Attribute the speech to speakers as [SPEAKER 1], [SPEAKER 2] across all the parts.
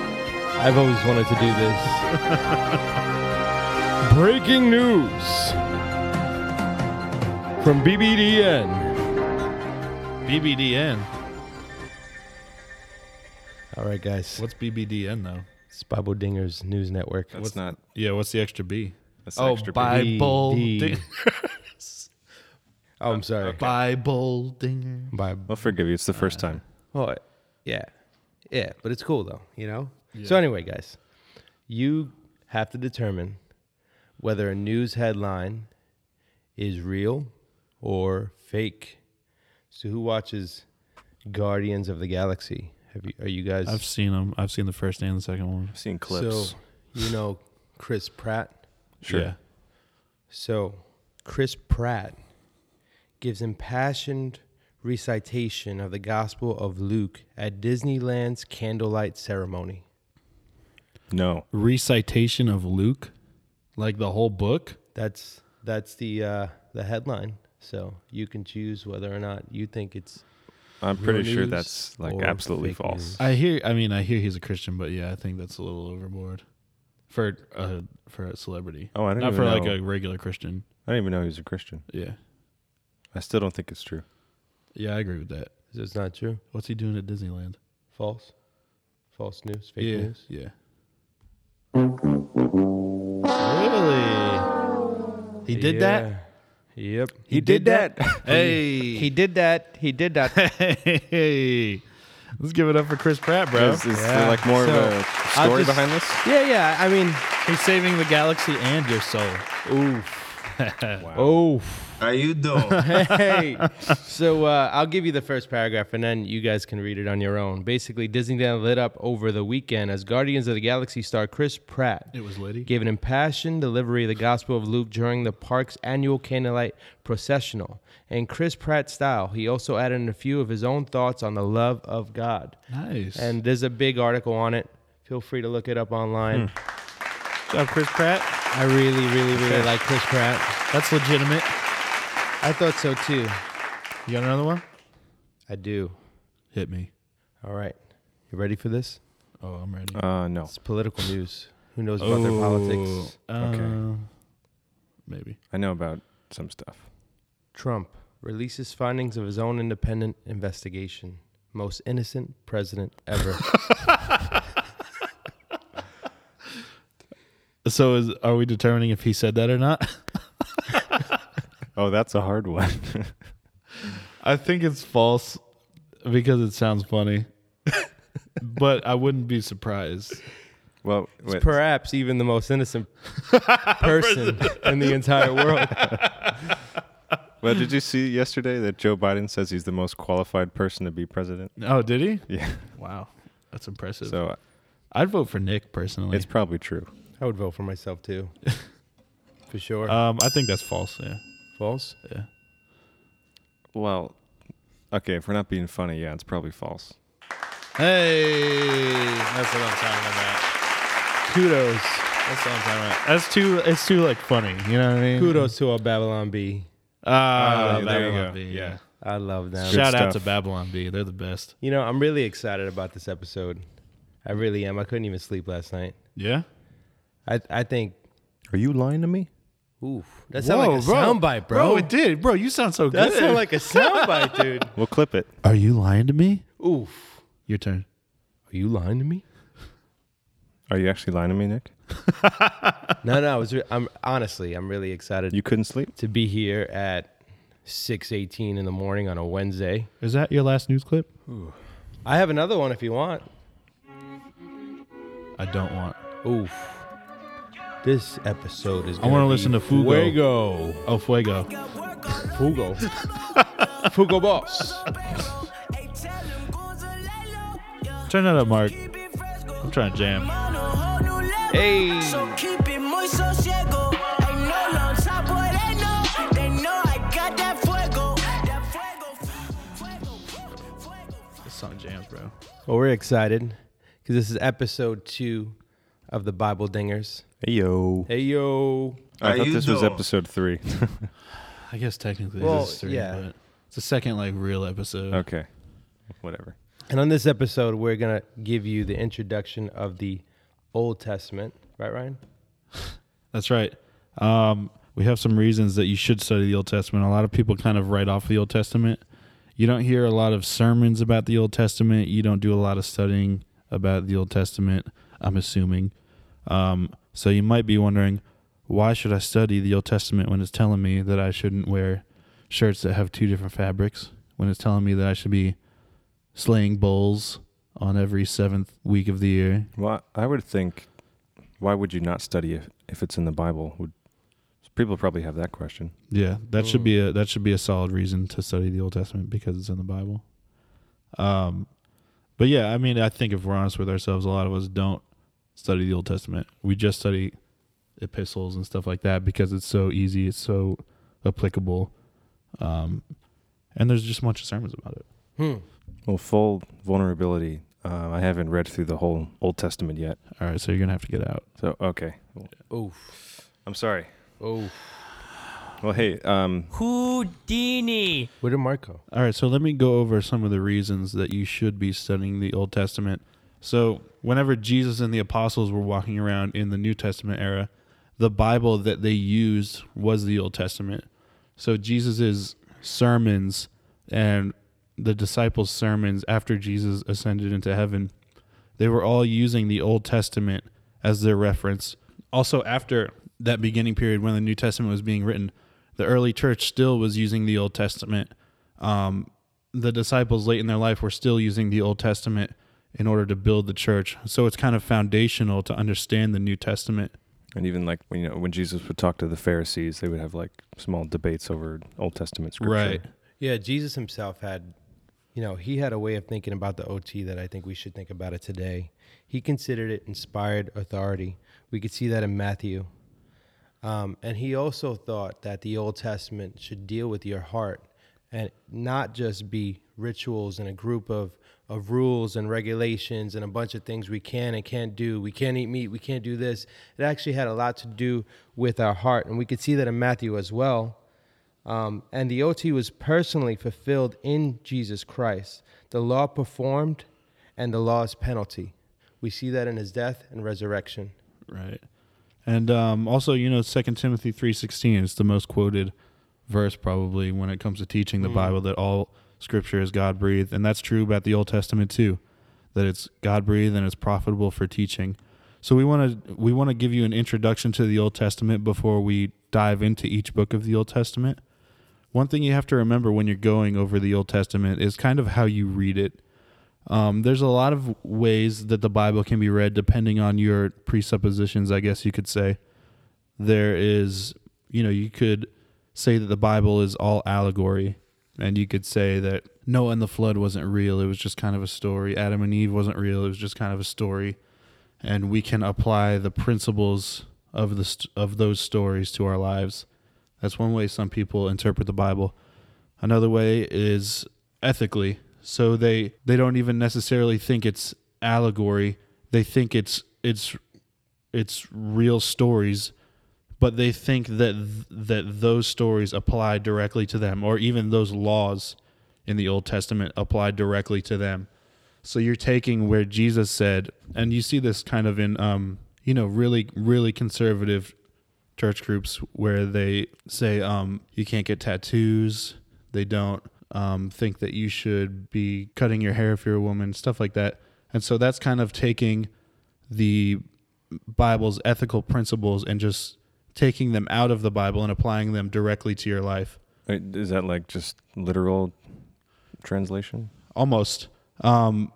[SPEAKER 1] I've always wanted to do this. Breaking news from BBDN.
[SPEAKER 2] BBDN.
[SPEAKER 1] All right, guys.
[SPEAKER 2] What's BBDN though?
[SPEAKER 1] It's Bobo Dinger's news network.
[SPEAKER 3] That's not.
[SPEAKER 2] Yeah, what's the extra B?
[SPEAKER 3] That's
[SPEAKER 4] Oh,
[SPEAKER 3] extra big.
[SPEAKER 4] Bible,
[SPEAKER 1] B-
[SPEAKER 4] ding,
[SPEAKER 1] Oh, I'm sorry.
[SPEAKER 4] Bible, ding.
[SPEAKER 1] By,
[SPEAKER 3] I'll forgive you. It's the first time.
[SPEAKER 1] well, yeah. Yeah, but it's cool though, you know? So, anyway, guys, you have to determine whether a news headline is real or fake. So, who watches Guardians of the Galaxy? Have you, are you guys?
[SPEAKER 2] I've seen them. I've seen the first and the second one.
[SPEAKER 3] I've seen clips.
[SPEAKER 1] So, you know Chris Pratt?
[SPEAKER 3] sure.
[SPEAKER 2] Yeah.
[SPEAKER 1] So, Chris Pratt gives impassioned recitation of the Gospel of Luke at Disneyland's candlelight ceremony.
[SPEAKER 3] No.
[SPEAKER 2] Recitation of Luke, like the whole book.
[SPEAKER 1] That's that's the uh, the headline. So you can choose whether or not you think it's
[SPEAKER 3] I'm pretty sure
[SPEAKER 1] news
[SPEAKER 3] that's like
[SPEAKER 1] or
[SPEAKER 3] absolutely
[SPEAKER 1] fake
[SPEAKER 3] false.
[SPEAKER 1] news?
[SPEAKER 2] I hear. I mean, I hear he's a Christian, but yeah, I think that's a little overboard for a for a celebrity.
[SPEAKER 3] Oh, I didn't
[SPEAKER 2] not
[SPEAKER 3] even
[SPEAKER 2] for like
[SPEAKER 3] know.
[SPEAKER 2] a regular Christian.
[SPEAKER 3] I didn't even know he was a Christian.
[SPEAKER 2] Yeah,
[SPEAKER 3] I still don't think it's true.
[SPEAKER 2] yeah, I agree with that.
[SPEAKER 1] so it's not true.
[SPEAKER 2] What's he doing at Disneyland?
[SPEAKER 1] False. False news. Fake
[SPEAKER 2] yeah,
[SPEAKER 1] news.
[SPEAKER 2] yeah.
[SPEAKER 4] Really? He did that?
[SPEAKER 1] Yeah. Yep.
[SPEAKER 3] He, did, that.
[SPEAKER 2] Hey,
[SPEAKER 1] He did that. He did that.
[SPEAKER 2] hey, let's give it up for Chris Pratt, bro.
[SPEAKER 3] is is there like more of a
[SPEAKER 1] I'll
[SPEAKER 3] story
[SPEAKER 1] just-
[SPEAKER 3] behind this?
[SPEAKER 1] yeah, yeah. I mean,
[SPEAKER 2] He's saving the galaxy and your soul.
[SPEAKER 1] Oh. How you doing? hey. So uh, I'll give you the first paragraph, and then you guys can read it on your own. Basically, Disneyland lit up over the weekend as Guardians of the Galaxy star Chris Pratt
[SPEAKER 2] It was Liddy.
[SPEAKER 1] gave an impassioned delivery of the Gospel of Luke during the park's annual candlelight processional. In Chris Pratt style, he also added in a few of his own thoughts on the love of God.
[SPEAKER 2] Nice.
[SPEAKER 1] And there's a big article on it. Feel free to look it up online.
[SPEAKER 2] Good job, Hmm. uh, Chris Pratt.
[SPEAKER 1] I really, really, really like Chris Pratt.
[SPEAKER 2] That's legitimate.
[SPEAKER 1] I thought so too.
[SPEAKER 2] You got another one?
[SPEAKER 1] I do.
[SPEAKER 2] Hit me.
[SPEAKER 1] All right. You ready for this?
[SPEAKER 2] Oh, I'm ready.
[SPEAKER 3] Uh, no.
[SPEAKER 1] It's political news. Who knows about their politics?
[SPEAKER 3] Oh.
[SPEAKER 2] Oh, okay. Uh, Maybe.
[SPEAKER 3] I know about some stuff.
[SPEAKER 1] Trump releases findings of his own independent investigation. Most innocent president ever.
[SPEAKER 2] So is are we determining if he said that or not?
[SPEAKER 3] Oh, that's a hard one.
[SPEAKER 2] I think it's false because it sounds funny. but I wouldn't be surprised.
[SPEAKER 3] well, wait,
[SPEAKER 1] Perhaps even the most innocent person in the entire world.
[SPEAKER 3] well, did you see yesterday that Joe Biden says he's the most qualified person to be president?
[SPEAKER 2] Oh, did he?
[SPEAKER 3] Yeah.
[SPEAKER 2] Wow. That's impressive.
[SPEAKER 3] So uh,
[SPEAKER 2] I'd vote for Nick personally.
[SPEAKER 3] it's probably true.
[SPEAKER 1] I would vote for myself too. For sure.
[SPEAKER 3] Uh,
[SPEAKER 2] um I think that's false, yeah.
[SPEAKER 1] False?
[SPEAKER 2] Yeah.
[SPEAKER 3] Well, okay. If we're not being funny, yeah, it's probably false.
[SPEAKER 2] Hey, that's what I'm talking about.
[SPEAKER 1] Kudos.
[SPEAKER 2] That's what I'm talking about. That's too. It's too like funny. You know what I mean?
[SPEAKER 1] Kudos to our Babylon B.
[SPEAKER 2] Ah,
[SPEAKER 3] Ah, there you
[SPEAKER 2] Babylon
[SPEAKER 3] go.
[SPEAKER 2] B.
[SPEAKER 3] Yeah.
[SPEAKER 2] Yeah.
[SPEAKER 1] I love them.
[SPEAKER 2] Shout
[SPEAKER 3] Good
[SPEAKER 2] out to
[SPEAKER 3] stuff.
[SPEAKER 2] Babylon B. They're the best.
[SPEAKER 1] You know, I'm really excited about this episode. I really am. I couldn't even sleep last night.
[SPEAKER 2] Yeah.
[SPEAKER 1] I I think
[SPEAKER 3] Are you lying to me?
[SPEAKER 1] Oof. That sounds like a soundbite, bro.
[SPEAKER 2] Bro, it did, bro. You sound so
[SPEAKER 1] that
[SPEAKER 2] good.
[SPEAKER 1] sounds like a soundbite, dude.
[SPEAKER 3] We'll clip it.
[SPEAKER 2] Are you lying to me?
[SPEAKER 1] Oof.
[SPEAKER 2] Your turn.
[SPEAKER 1] Are you lying to me?
[SPEAKER 3] Are you actually lying to me, Nick?
[SPEAKER 1] No, no. I was re- I'm honestly, I'm really excited
[SPEAKER 3] You couldn't sleep?
[SPEAKER 1] to be here at 6:18 in the morning on a Wednesday.
[SPEAKER 2] Is that your last news clip?
[SPEAKER 1] I have another one if you want.
[SPEAKER 2] I don't want.
[SPEAKER 1] Oof. This episode is.
[SPEAKER 2] I want to listen to Fugo.
[SPEAKER 1] Fuego.
[SPEAKER 2] Oh, Fuego.
[SPEAKER 1] Fugo. Fugo boss.
[SPEAKER 2] Turn that up, Mark. I'm trying to jam.
[SPEAKER 1] Hey.
[SPEAKER 5] So keep it muy sosiego. Ay, no los saboreno. They know I got that fuego. That fuego, fuego, fuego, fuego.
[SPEAKER 2] This song jams, bro.
[SPEAKER 1] Well, we're excited because this is episode two of the Bible Dingers.
[SPEAKER 3] Hey, yo.
[SPEAKER 1] Hey yo.
[SPEAKER 3] I thought this was episode three.
[SPEAKER 2] I guess technically
[SPEAKER 1] Well,
[SPEAKER 2] this is three,
[SPEAKER 1] yeah.
[SPEAKER 2] but it's the second like real episode.
[SPEAKER 3] okay. Whatever.
[SPEAKER 1] And on this episode, we're going to give you the introduction of the Old Testament, right, Ryan?
[SPEAKER 2] That's right. Um, we have some reasons that you should study the Old Testament. A lot of people kind of write off the Old Testament. You don't hear a lot of sermons about the Old Testament. You don't do a lot of studying about the Old Testament, I'm assuming. Um, so you might be wondering, why should I study the Old Testament when it's telling me that I shouldn't wear shirts that have two different fabrics? When it's telling me that I should be slaying bulls on every seventh week of the year?
[SPEAKER 3] Well, I would think, why would you not study if, if it's in the Bible? Would people probably have that question?
[SPEAKER 2] Yeah, that should be a that should be a solid reason to study the Old Testament because it's in the Bible. Um, but yeah, I mean, I think if we're honest with ourselves, a lot of us don't study the Old Testament. We just study epistles and stuff like that because it's so easy, it's so applicable, um, and there's just a bunch of sermons about it.
[SPEAKER 3] Well, full vulnerability. Uh, I haven't read through the whole Old Testament yet.
[SPEAKER 2] All right, so you're gonna have to get out.
[SPEAKER 3] So, okay.
[SPEAKER 1] Oof.
[SPEAKER 3] I'm sorry.
[SPEAKER 1] Oh,
[SPEAKER 3] Well, hey, um,
[SPEAKER 5] Houdini.
[SPEAKER 1] where did Marco?
[SPEAKER 2] All right, so let me go over some of the reasons that you should be studying the Old Testament. So, whenever Jesus and the apostles were walking around in the New Testament era, the Bible that they used was the Old Testament. So, Jesus's sermons and the disciples' sermons after Jesus ascended into heaven, they were all using the Old Testament as their reference. Also, after that beginning period when the New Testament was being written, the early church still was using the Old Testament um, the disciples late in their life were still using the Old Testament in order to build the church. So it's kind of foundational to understand the New Testament.
[SPEAKER 3] and even like when, you know when Jesus would talk to the Pharisees, they would have like small debates over Old Testament scripture.
[SPEAKER 1] Yeah, Jesus himself had, you know, he had a way of thinking about the OT that I think we should think about it today. He considered it inspired authority. We could see that in Matthew. Um, and he also thought that the Old Testament should deal with your heart and not just be rituals and a group of, of rules and regulations and a bunch of things we can and can't do. We can't eat meat. We can't do this. It actually had a lot to do with our heart. And we could see that in Matthew as well. Um, and the OT was personally fulfilled in Jesus Christ. The law performed and the law's penalty. We see that in his death and resurrection.
[SPEAKER 2] Right. And um, also, you know, Second Timothy three sixteen is the most quoted verse probably when it comes to teaching the Bible that all Scripture is God breathed, and that's true about the Old Testament too, that it's God breathed and it's profitable for teaching. So we want to we want to give you an introduction to the Old Testament before we dive into each book of the Old Testament. One thing you have to remember when you're going over the Old Testament is kind of how you read it. Um, there's a lot of ways that the Bible can be read depending on your presuppositions, I guess you could say. There is, you know, you could say that the Bible is all allegory, and you could say that Noah and the flood wasn't real, it was just kind of a story. Adam and Eve wasn't real, it was just kind of a story. And we can apply the principles of the st- of those stories to our lives. That's one way some people interpret the Bible. Another way is ethically. So they they don't even necessarily think it's allegory. They think it's it's it's real stories, but they think that th- that those stories apply directly to them or even those laws in the Old Testament apply directly to them. So you're taking where Jesus said, and you see this kind of in um, you know, really really conservative church groups where they say um, you can't get tattoos. They don't um, think that you should be cutting your hair if you're a woman, stuff like that. And so that's kind of taking the Bible's ethical principles and just taking them out of the Bible and applying them directly to your life.
[SPEAKER 3] Uh, Is that like just literal translation?
[SPEAKER 2] almost. Um,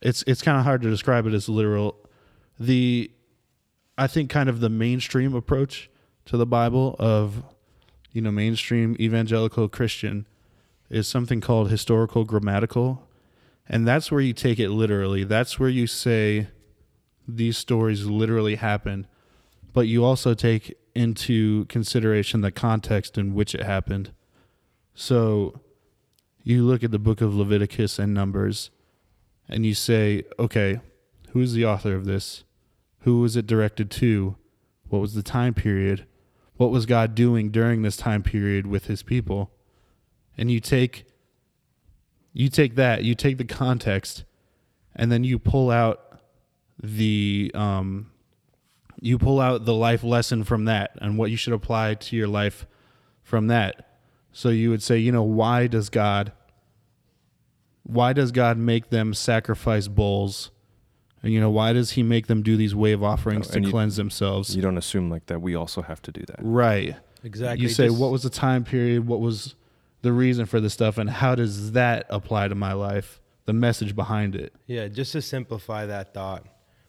[SPEAKER 2] it's it's kind of hard to describe it as literal. The I think kind of the mainstream approach to the Bible of you know mainstream evangelical Christian is something called historical grammatical, and that's where you take it literally. That's where you say these stories literally happen, but you also take into consideration the context in which it happened. So you look at the book of Leviticus and Numbers and you say, okay, who's the author of this? Who was it directed to? What was the time period? What was God doing during this time period with his people? And you take you take that, you take the context, and then you pull out the um, you pull out the life lesson from that and what you should apply to your life from that. So you would say, you know, why does God why does God make them sacrifice bulls? And you know, why does he make them do these wave offerings
[SPEAKER 3] Oh,
[SPEAKER 2] to
[SPEAKER 3] and you-
[SPEAKER 2] cleanse themselves?
[SPEAKER 3] You don't assume like that. We also have to do that.
[SPEAKER 2] right.
[SPEAKER 1] Exactly.
[SPEAKER 2] You say
[SPEAKER 1] Just-
[SPEAKER 2] what was the time period, what was the reason for this stuff and how does that apply to my life? The message behind it.
[SPEAKER 1] Yeah, just to simplify that thought,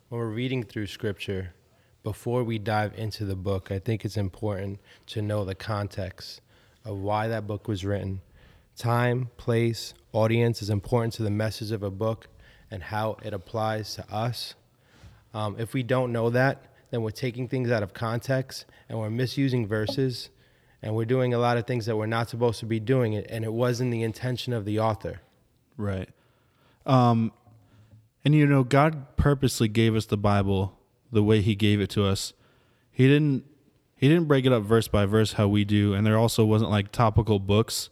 [SPEAKER 1] when we're reading through scripture, before we dive into the book, I think it's important to know the context of why that book was written. Time, place, audience is important to the message of a book and how it applies to us. Um, if we don't know that, then we're taking things out of context and we're misusing verses and we're doing a lot of things that we're not supposed to be doing, and it wasn't the intention of the author.
[SPEAKER 2] Right. Um, and you know, God purposely gave us the Bible the way He gave it to us. He didn't. He didn't break it up verse by verse how we do, and there also wasn't like topical books.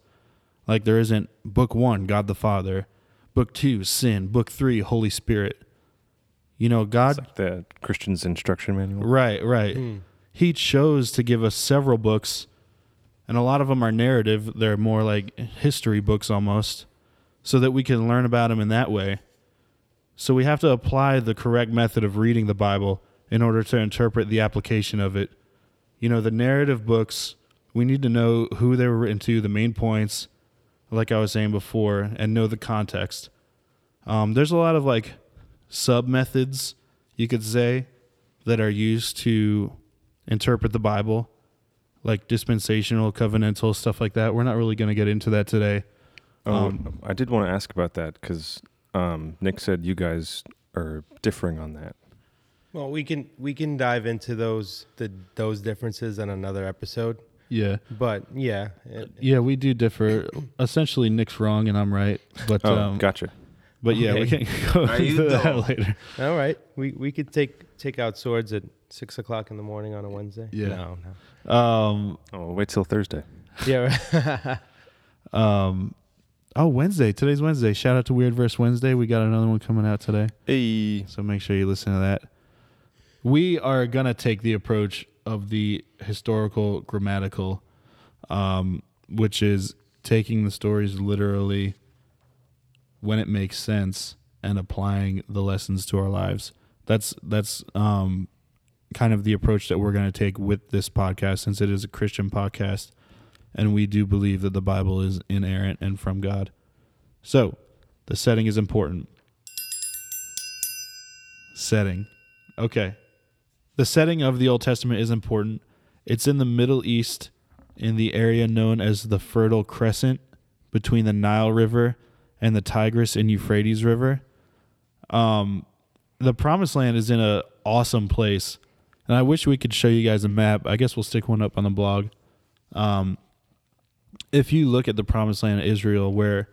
[SPEAKER 2] Like there isn't book one, God the Father, book two, sin, book three, Holy Spirit. You know, God
[SPEAKER 3] It's like the Christian's instruction manual.
[SPEAKER 2] Right, right. He chose to give us several books, and a lot of them are narrative. They're more like history books almost, so that we can learn about him in that way. So we have to apply the correct method of reading the Bible in order to interpret the application of it. You know, the narrative books, we need to know who they were written to, the main points, like I was saying before, and know the context. Um, there's a lot of like sub methods, you could say, that are used to interpret the Bible, like dispensational, covenantal, stuff like that. We're not really going to get into that today.
[SPEAKER 3] Oh, I did want to ask about that because um, Nick said you guys are differing on that.
[SPEAKER 1] Well, we can we can dive into those the those differences in another episode.
[SPEAKER 2] Yeah.
[SPEAKER 1] But yeah, it-
[SPEAKER 2] Yeah, we do differ. Essentially, Nick's wrong and I'm right. But
[SPEAKER 3] Oh,
[SPEAKER 2] um,
[SPEAKER 3] gotcha.
[SPEAKER 2] but yeah, we
[SPEAKER 1] Okay.
[SPEAKER 2] can go
[SPEAKER 6] Are you
[SPEAKER 2] into that
[SPEAKER 6] dumb?
[SPEAKER 2] later.
[SPEAKER 1] all right, we we could take take out swords at six o'clock in the morning on a Wednesday.
[SPEAKER 2] Yeah.
[SPEAKER 1] no, no,
[SPEAKER 2] Um,
[SPEAKER 3] Oh, wait till Thursday.
[SPEAKER 1] yeah, right.
[SPEAKER 2] um, oh, Wednesday. Today's Wednesday. Shout out to Weird Verse Wednesday. We got another one coming out today.
[SPEAKER 3] Hey.
[SPEAKER 2] So make sure you listen to that. We are going to take the approach of the historical grammatical, um, which is taking the stories literally when it makes sense and applying the lessons to our lives. That's that's um, kind of the approach that we're going to take with this podcast, since it is a Christian podcast, and we do believe that the Bible is inerrant and from God. So, the setting is important. Setting, okay. The setting of the Old Testament is important. It's in the Middle East, in the area known as the Fertile Crescent, between the Nile River and the Tigris and Euphrates River Um, the promised land is in a awesome place and i wish we could show you guys a map i guess we'll stick one up on the blog um, if you look at the promised land of israel where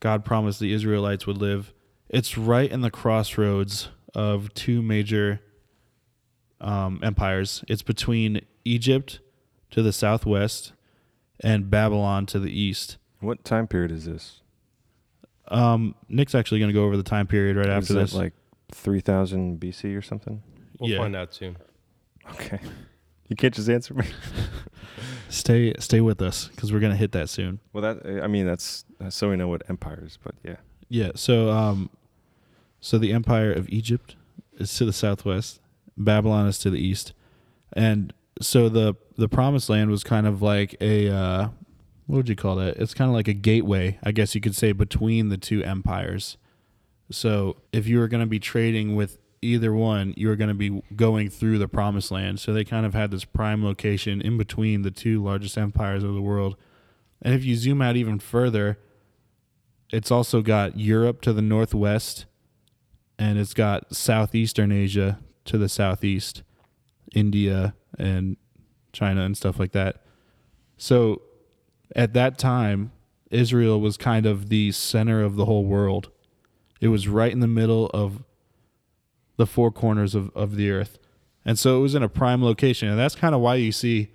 [SPEAKER 2] god promised the israelites would live it's right in the crossroads of two major um, empires it's between egypt to the southwest and babylon to the east
[SPEAKER 3] What time period is this?
[SPEAKER 2] um, nick's actually going to go over the time period right
[SPEAKER 3] Is
[SPEAKER 2] after
[SPEAKER 3] that
[SPEAKER 2] this
[SPEAKER 3] like 3000 BC or something?
[SPEAKER 1] we'll
[SPEAKER 2] Yeah.
[SPEAKER 1] find out soon.
[SPEAKER 3] Okay. You can't just answer me.
[SPEAKER 2] stay stay with us because we're going to hit that soon
[SPEAKER 3] Well, that I mean, that's, that's so we know what empires, but yeah.
[SPEAKER 2] Yeah. So, um, so the empire of Egypt is to the southwest. Babylon is to the east, and so the the promised land was kind of like a uh, what would you call that? It's kind of like a gateway, I guess you could say, between the two empires. So if you were going to be trading with either one, you were going to be going through the promised land. So they kind of had this prime location in between the two largest empires of the world. And if you zoom out even further, it's also got Europe to the northwest, and it's got southeastern Asia to the southeast, India and China and stuff like that. So at that time, Israel was kind of the center of the whole world. It was right in the middle of the four corners of, of the earth. And so it was in a prime location. And that's kind of why you see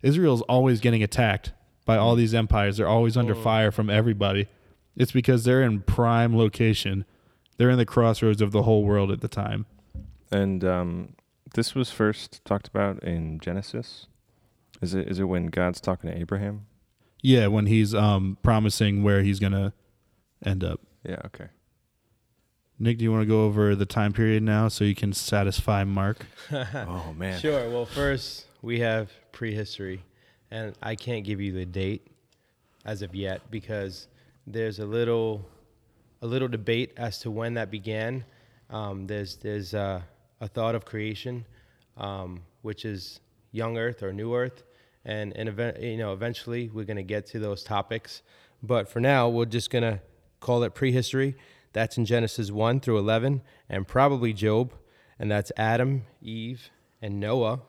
[SPEAKER 2] Israel's always getting attacked by all these empires. They're always under fire from everybody. It's because they're in prime location. They're in the crossroads of the whole world at the time.
[SPEAKER 3] And um, this was first talked about in Genesis. Is it is it when God's talking to Abraham?
[SPEAKER 2] Yeah, when he's um promising where he's gonna end up.
[SPEAKER 3] Yeah. Okay.
[SPEAKER 2] Nick, do you want to go over the time period now so you can satisfy Mark?
[SPEAKER 3] oh man.
[SPEAKER 1] Sure. Well, first we have prehistory, and I can't give you the date as of yet because there's a little a little debate as to when that began. Um, there's there's uh, a thought of creation, um, which is young Earth or new Earth, and and event, you know eventually we're gonna get to those topics, but for now we're just gonna call it prehistory. That's in Genesis one through eleven, and probably Job, and that's Adam, Eve, and Noah.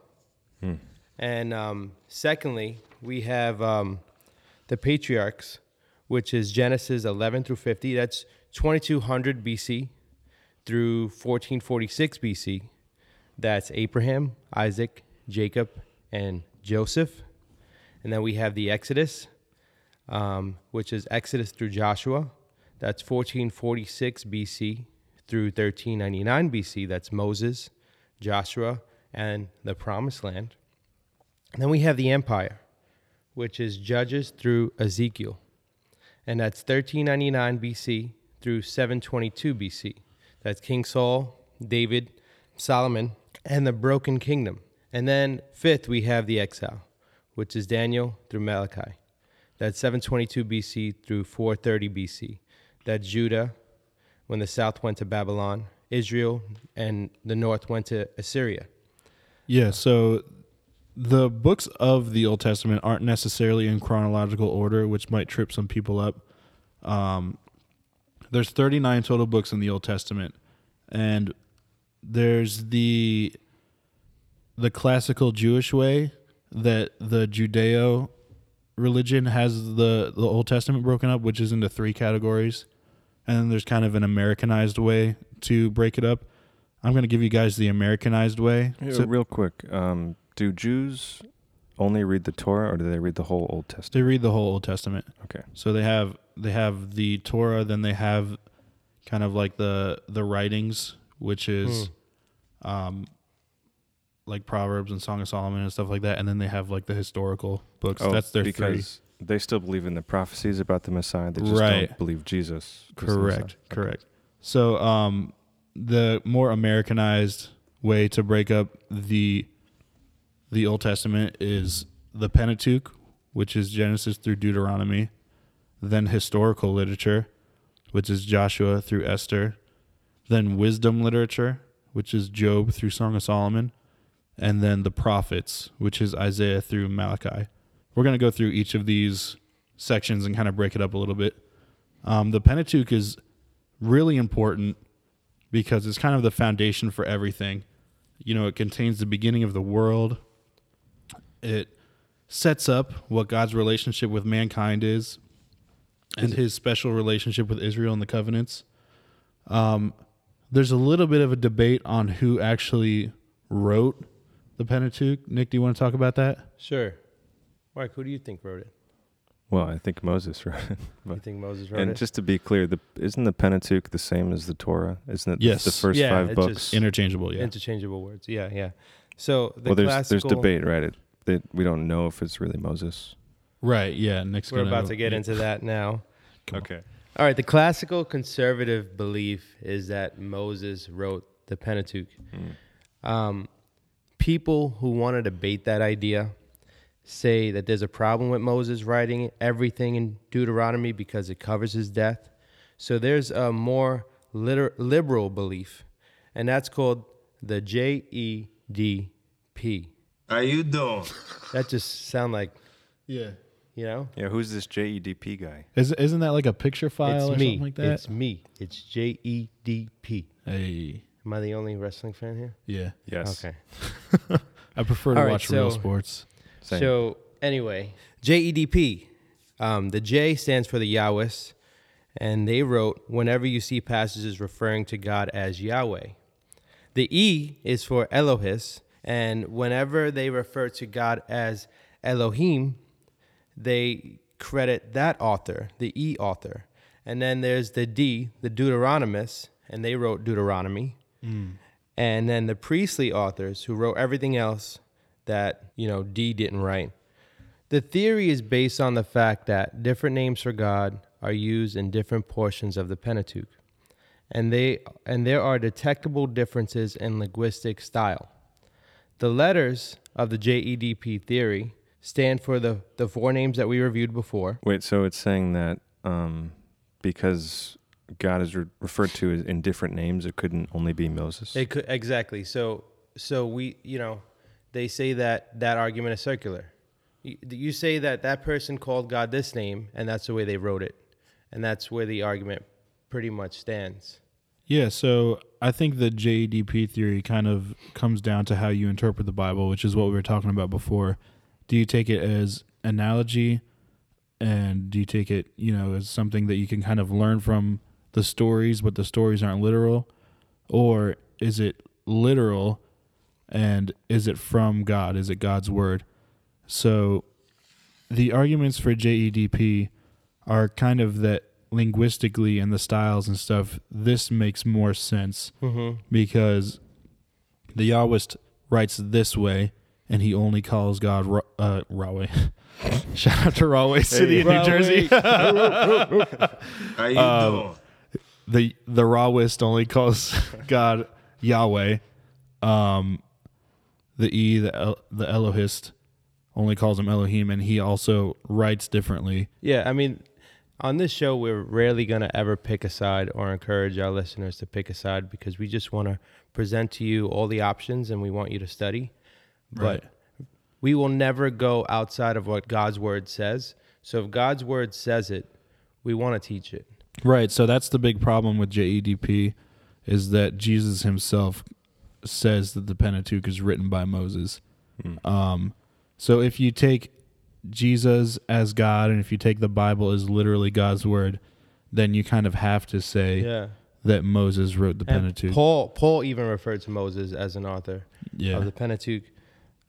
[SPEAKER 1] And um, secondly, we have um, the patriarchs, which is Genesis 11 through 50. That's 2200 BC through 1446 BC. That's Abraham, Isaac, Jacob, and Joseph. And then we have the Exodus, um, which is Exodus through Joshua. That's 1446 BC through 1399 BC. That's Moses, Joshua, and the Promised Land. Then we have the empire, which is Judges through Ezekiel. And that's 1399 BC through 722 BC. That's King Saul, David, Solomon, and the broken kingdom. And then fifth, we have the exile, which is Daniel through Malachi. That's 722 BC through 430 BC. That's Judah when the south went to Babylon, Israel, and the north went to Assyria.
[SPEAKER 2] Yeah, so the books of the Old Testament aren't necessarily in chronological order, which might trip some people up. Um, there's 39 total books in the Old Testament, and there's the the classical Jewish way that the Judeo religion has the the Old Testament broken up, which is into three categories, and then there's kind of an Americanized way to break it up. I'm going to give you guys the Americanized way.
[SPEAKER 3] Yeah,
[SPEAKER 2] So-
[SPEAKER 3] real quick, um, do Jews only read the Torah, or do they read the whole Old Testament?
[SPEAKER 2] They read the whole Old Testament.
[SPEAKER 3] Okay.
[SPEAKER 2] So they have they have the Torah, then they have kind of like the the writings, which is um like Proverbs and Song of Solomon and stuff like that, and then they have like the historical books. That's their three.
[SPEAKER 3] Oh, because they still believe in the prophecies about the Messiah. They just
[SPEAKER 2] Right.
[SPEAKER 3] don't believe Jesus. is the
[SPEAKER 2] Correct.
[SPEAKER 3] Messiah.
[SPEAKER 2] Correct. So um the more Americanized way to break up the the Old Testament is the Pentateuch, which is Genesis through Deuteronomy, then historical literature, which is Joshua through Esther, then wisdom literature, which is Job through Song of Solomon, and then the prophets, which is Isaiah through Malachi. We're going to go through each of these sections and kind of break it up a little bit. Um, the Pentateuch is really important because it's kind of the foundation for everything. You know, it contains the beginning of the world. It sets up what God's relationship with mankind is and his special relationship with Israel and the covenants. Um, there's a little bit of a debate on who actually wrote the Pentateuch. Nick, do you want to talk about that?
[SPEAKER 1] Sure. Mark, who do you think wrote it?
[SPEAKER 3] Well, I think Moses wrote it.
[SPEAKER 1] You think Moses wrote
[SPEAKER 3] and
[SPEAKER 1] it?
[SPEAKER 3] just to be clear, the, isn't the Pentateuch the same as the Torah? Isn't it
[SPEAKER 2] Yes.
[SPEAKER 3] the first
[SPEAKER 1] Yeah,
[SPEAKER 3] five
[SPEAKER 1] it's
[SPEAKER 3] books?
[SPEAKER 1] just-
[SPEAKER 2] Interchangeable, yeah.
[SPEAKER 1] Interchangeable words. Yeah, yeah. So the
[SPEAKER 3] well, there's
[SPEAKER 1] classical,
[SPEAKER 3] there's debate, right? It, that we don't know if it's really Moses.
[SPEAKER 2] right, yeah. Nick's
[SPEAKER 1] We're
[SPEAKER 2] gonna-
[SPEAKER 1] about to get into that now.
[SPEAKER 2] Come on.
[SPEAKER 1] All right, the classical conservative belief is that Moses wrote the Pentateuch.
[SPEAKER 2] Hmm.
[SPEAKER 1] Um, people who want to debate that idea say that there's a problem with Moses writing everything in Deuteronomy because it covers his death. So there's a more liter- liberal belief, and that's called the E JEDP.
[SPEAKER 6] How you doing?
[SPEAKER 1] That just sound like,
[SPEAKER 2] Yeah.
[SPEAKER 1] you know,
[SPEAKER 3] Yeah, who's this JEDP guy?
[SPEAKER 2] Is, isn't that like a picture file
[SPEAKER 1] it's
[SPEAKER 2] or
[SPEAKER 1] me.
[SPEAKER 2] something like that?
[SPEAKER 1] It's me. It's E JEDP.
[SPEAKER 2] hey,
[SPEAKER 1] Am I the only wrestling fan here?
[SPEAKER 2] yeah.
[SPEAKER 3] Yes.
[SPEAKER 1] Okay.
[SPEAKER 2] I prefer to
[SPEAKER 1] All right,
[SPEAKER 2] watch real
[SPEAKER 1] so-
[SPEAKER 2] sports.
[SPEAKER 3] Same.
[SPEAKER 1] So anyway, JEDP. Um, the J stands for the Yahwist, and they wrote whenever you see passages referring to God as Yahweh. The E is for Elohis, and whenever they refer to God as Elohim, they credit that author, the E author.
[SPEAKER 3] Mm.
[SPEAKER 1] And then there's the D, the Deuteronomist, and they wrote Deuteronomy. And then the priestly authors who wrote everything else that, you know, D didn't write. The theory is based on the fact that different names for God are used in different portions of the Pentateuch. And they and there are detectable differences in linguistic style. The letters of the JEDP theory stand for the, the four names that we reviewed before.
[SPEAKER 3] Wait, so it's saying that um, because God is re- referred to as in different names, it couldn't only be Moses.
[SPEAKER 1] It could exactly. So so we you know they say that that argument is circular. You, you say that that person called God this name, and that's the way they wrote it, and that's where the argument pretty much stands.
[SPEAKER 2] Yeah, so I think the JDP theory kind of comes down to how you interpret the Bible, which is what we were talking about before. Do you take it as analogy and do you take it, you know, as something that you can kind of learn from the stories, but the stories aren't literal? Or is it literal and is it from God? Is it God's word? So the arguments for JEDP are kind of that linguistically and the styles and stuff, this makes more sense because the Yahwist writes this way and he only calls God Ra- uh, Rahway. Shout out to Rahway City in New Jersey.
[SPEAKER 6] How you doing?
[SPEAKER 2] the the Rahwist only calls God Yahweh. Um, the E the El, the Elohist only calls him Elohim, and he also writes differently.
[SPEAKER 1] Yeah, I mean, on this show, we're rarely going to ever pick a side or encourage our listeners to pick a side because we just want to present to you all the options and we want you to study. But we will never go outside of what God's word says. So if God's word says it, we want to teach it.
[SPEAKER 2] Right. So that's the big problem with JEDP is that Jesus himself says that the Pentateuch is written by Moses.
[SPEAKER 1] Hmm.
[SPEAKER 2] Um, so if you take Jesus as God and if you take the Bible as literally God's word, then you kind of have to say
[SPEAKER 1] Yeah.
[SPEAKER 2] that Moses wrote the
[SPEAKER 1] And
[SPEAKER 2] Pentateuch.
[SPEAKER 1] Paul Paul even referred to Moses as an author
[SPEAKER 2] Yeah.
[SPEAKER 1] of the Pentateuch.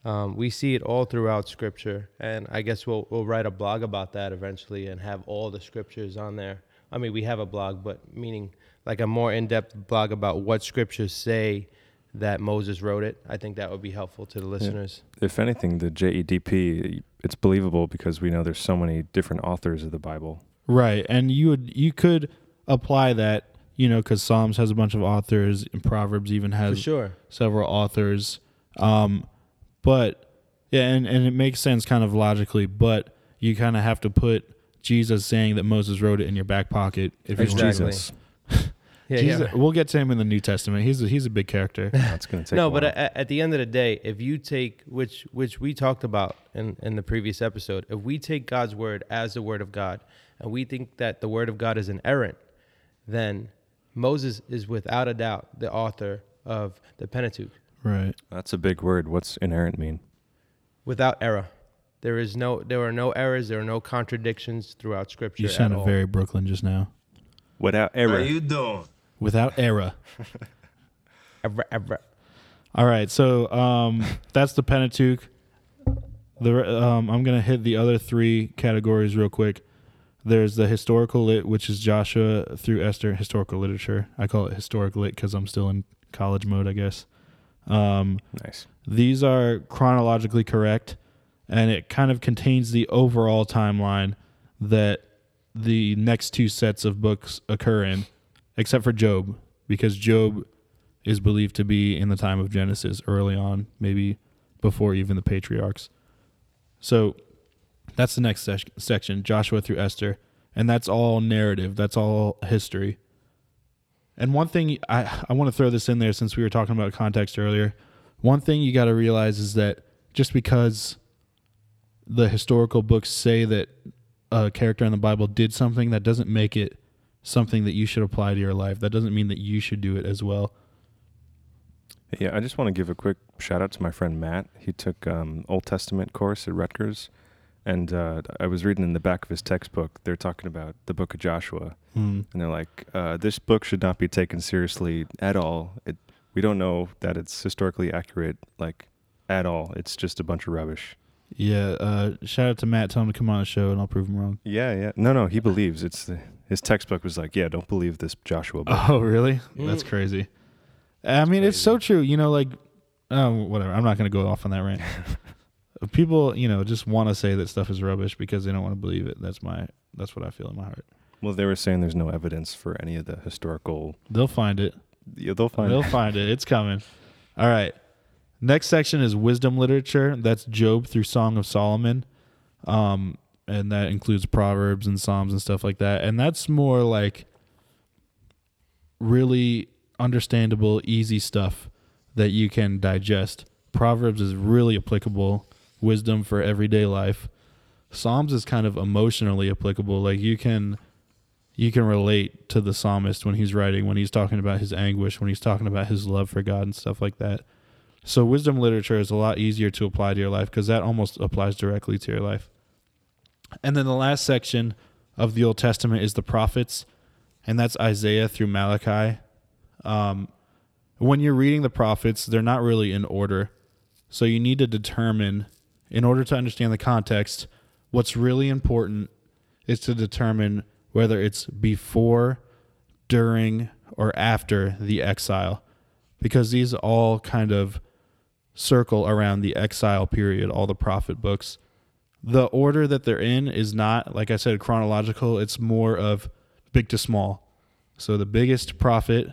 [SPEAKER 1] Um, we see it all throughout Scripture, and I guess we'll we'll write a blog about that eventually and have all the scriptures on there. I mean, we have a blog, but meaning like a more in-depth blog about what scriptures say that Moses wrote it. I think that would be helpful to the listeners.
[SPEAKER 3] if anything, the JEDP, it's believable because we know there's so many different authors of the Bible.
[SPEAKER 2] Right, and you would you could apply that, you know, because Psalms has a bunch of authors, and Proverbs even has
[SPEAKER 1] For sure.
[SPEAKER 2] several authors. Um, but yeah, and and it makes sense kind of logically, but you kind of have to put Jesus saying that Moses wrote it in your back pocket if you
[SPEAKER 3] It's
[SPEAKER 2] want
[SPEAKER 1] Exactly.
[SPEAKER 3] Jesus.
[SPEAKER 1] Yeah,
[SPEAKER 2] Jesus,
[SPEAKER 1] yeah.
[SPEAKER 2] we'll get to him in the New Testament. He's a, he's a big character.
[SPEAKER 3] That's going to take a
[SPEAKER 1] no, but
[SPEAKER 3] while.
[SPEAKER 1] at, at the end of the day, if you take which which we talked about in in the previous episode, if we take God's word as the word of God, and we think that the word of God is inerrant, then Moses is without a doubt the author of the Pentateuch.
[SPEAKER 2] right.
[SPEAKER 3] That's a big word. What's inerrant mean?
[SPEAKER 1] Without error, there is no there are no errors, there are no contradictions throughout Scripture.
[SPEAKER 2] You
[SPEAKER 1] at
[SPEAKER 2] sounded
[SPEAKER 1] all.
[SPEAKER 2] very Brooklyn just now.
[SPEAKER 3] Without
[SPEAKER 6] How
[SPEAKER 3] error.
[SPEAKER 6] you doing?
[SPEAKER 2] Without error.
[SPEAKER 1] Error, error.
[SPEAKER 2] All right, so um, that's the Pentateuch. The re- um, I'm gonna hit the other three categories real quick. There's the historical lit, which is Joshua through Esther, historical literature. I call it historic lit because I'm still in college mode, I guess. Um,
[SPEAKER 3] nice.
[SPEAKER 2] these are chronologically correct, and it kind of contains the overall timeline that the next two sets of books occur in, except for Job, because Job is believed to be in the time of Genesis early on, maybe before even the patriarchs. So that's the next sec- section Joshua through Esther. And that's all narrative, that's all history. And one thing I, I want to throw this in there since we were talking about context earlier. One thing you got to realize is that just because the historical books say that a character in the Bible did something, that doesn't make it something that you should apply to your life. That doesn't mean that you should do it as well.
[SPEAKER 3] Yeah, I just want to give a quick shout out to my friend Matt. He took um, Old Testament course at Rutgers, and uh, I was reading in the back of his textbook. They're talking about the Book of Joshua, and they're like, uh, "This book should not be taken seriously at all. It, we don't know that it's historically accurate, like at all. It's just a bunch of rubbish."
[SPEAKER 2] Yeah. Uh, shout out to Matt. Tell him to come on the show, and I'll prove him wrong.
[SPEAKER 3] Yeah, yeah. No, no. He believes it's the, his textbook was like, "Yeah, don't believe this Joshua book."
[SPEAKER 2] Oh, really? Mm. That's crazy. I mean, it's so true. You know, like, um, whatever. I'm not going to go off on that rant. People, you know, just want to say that stuff is rubbish because they don't want to believe it. That's my. That's what I feel in my heart.
[SPEAKER 3] Well, they were saying there's no evidence for any of the historical.
[SPEAKER 2] They'll find it.
[SPEAKER 3] Yeah, they'll find.
[SPEAKER 2] They'll find it. It's coming. All right. Next section is wisdom literature. That's Job through Song of Solomon. Um, and that includes Proverbs and Psalms and stuff like that. And that's more like really understandable, easy stuff that you can digest. Proverbs is really applicable, wisdom for everyday life. Psalms is kind of emotionally applicable. Like you can you can relate to the psalmist when he's writing, when he's talking about his anguish, when he's talking about his love for God and stuff like that. So wisdom literature is a lot easier to apply to your life because that almost applies directly to your life. And then the last section of the Old Testament is the prophets, and that's Isaiah through Malachi. Um, when you're reading the prophets, they're not really in order. So you need to determine, in order to understand the context, what's really important is to determine whether it's before, during, or after the exile, because these all kind of circle around the exile period, all the prophet books the order that they're in is not like i said chronological it's more of big to small so the biggest profit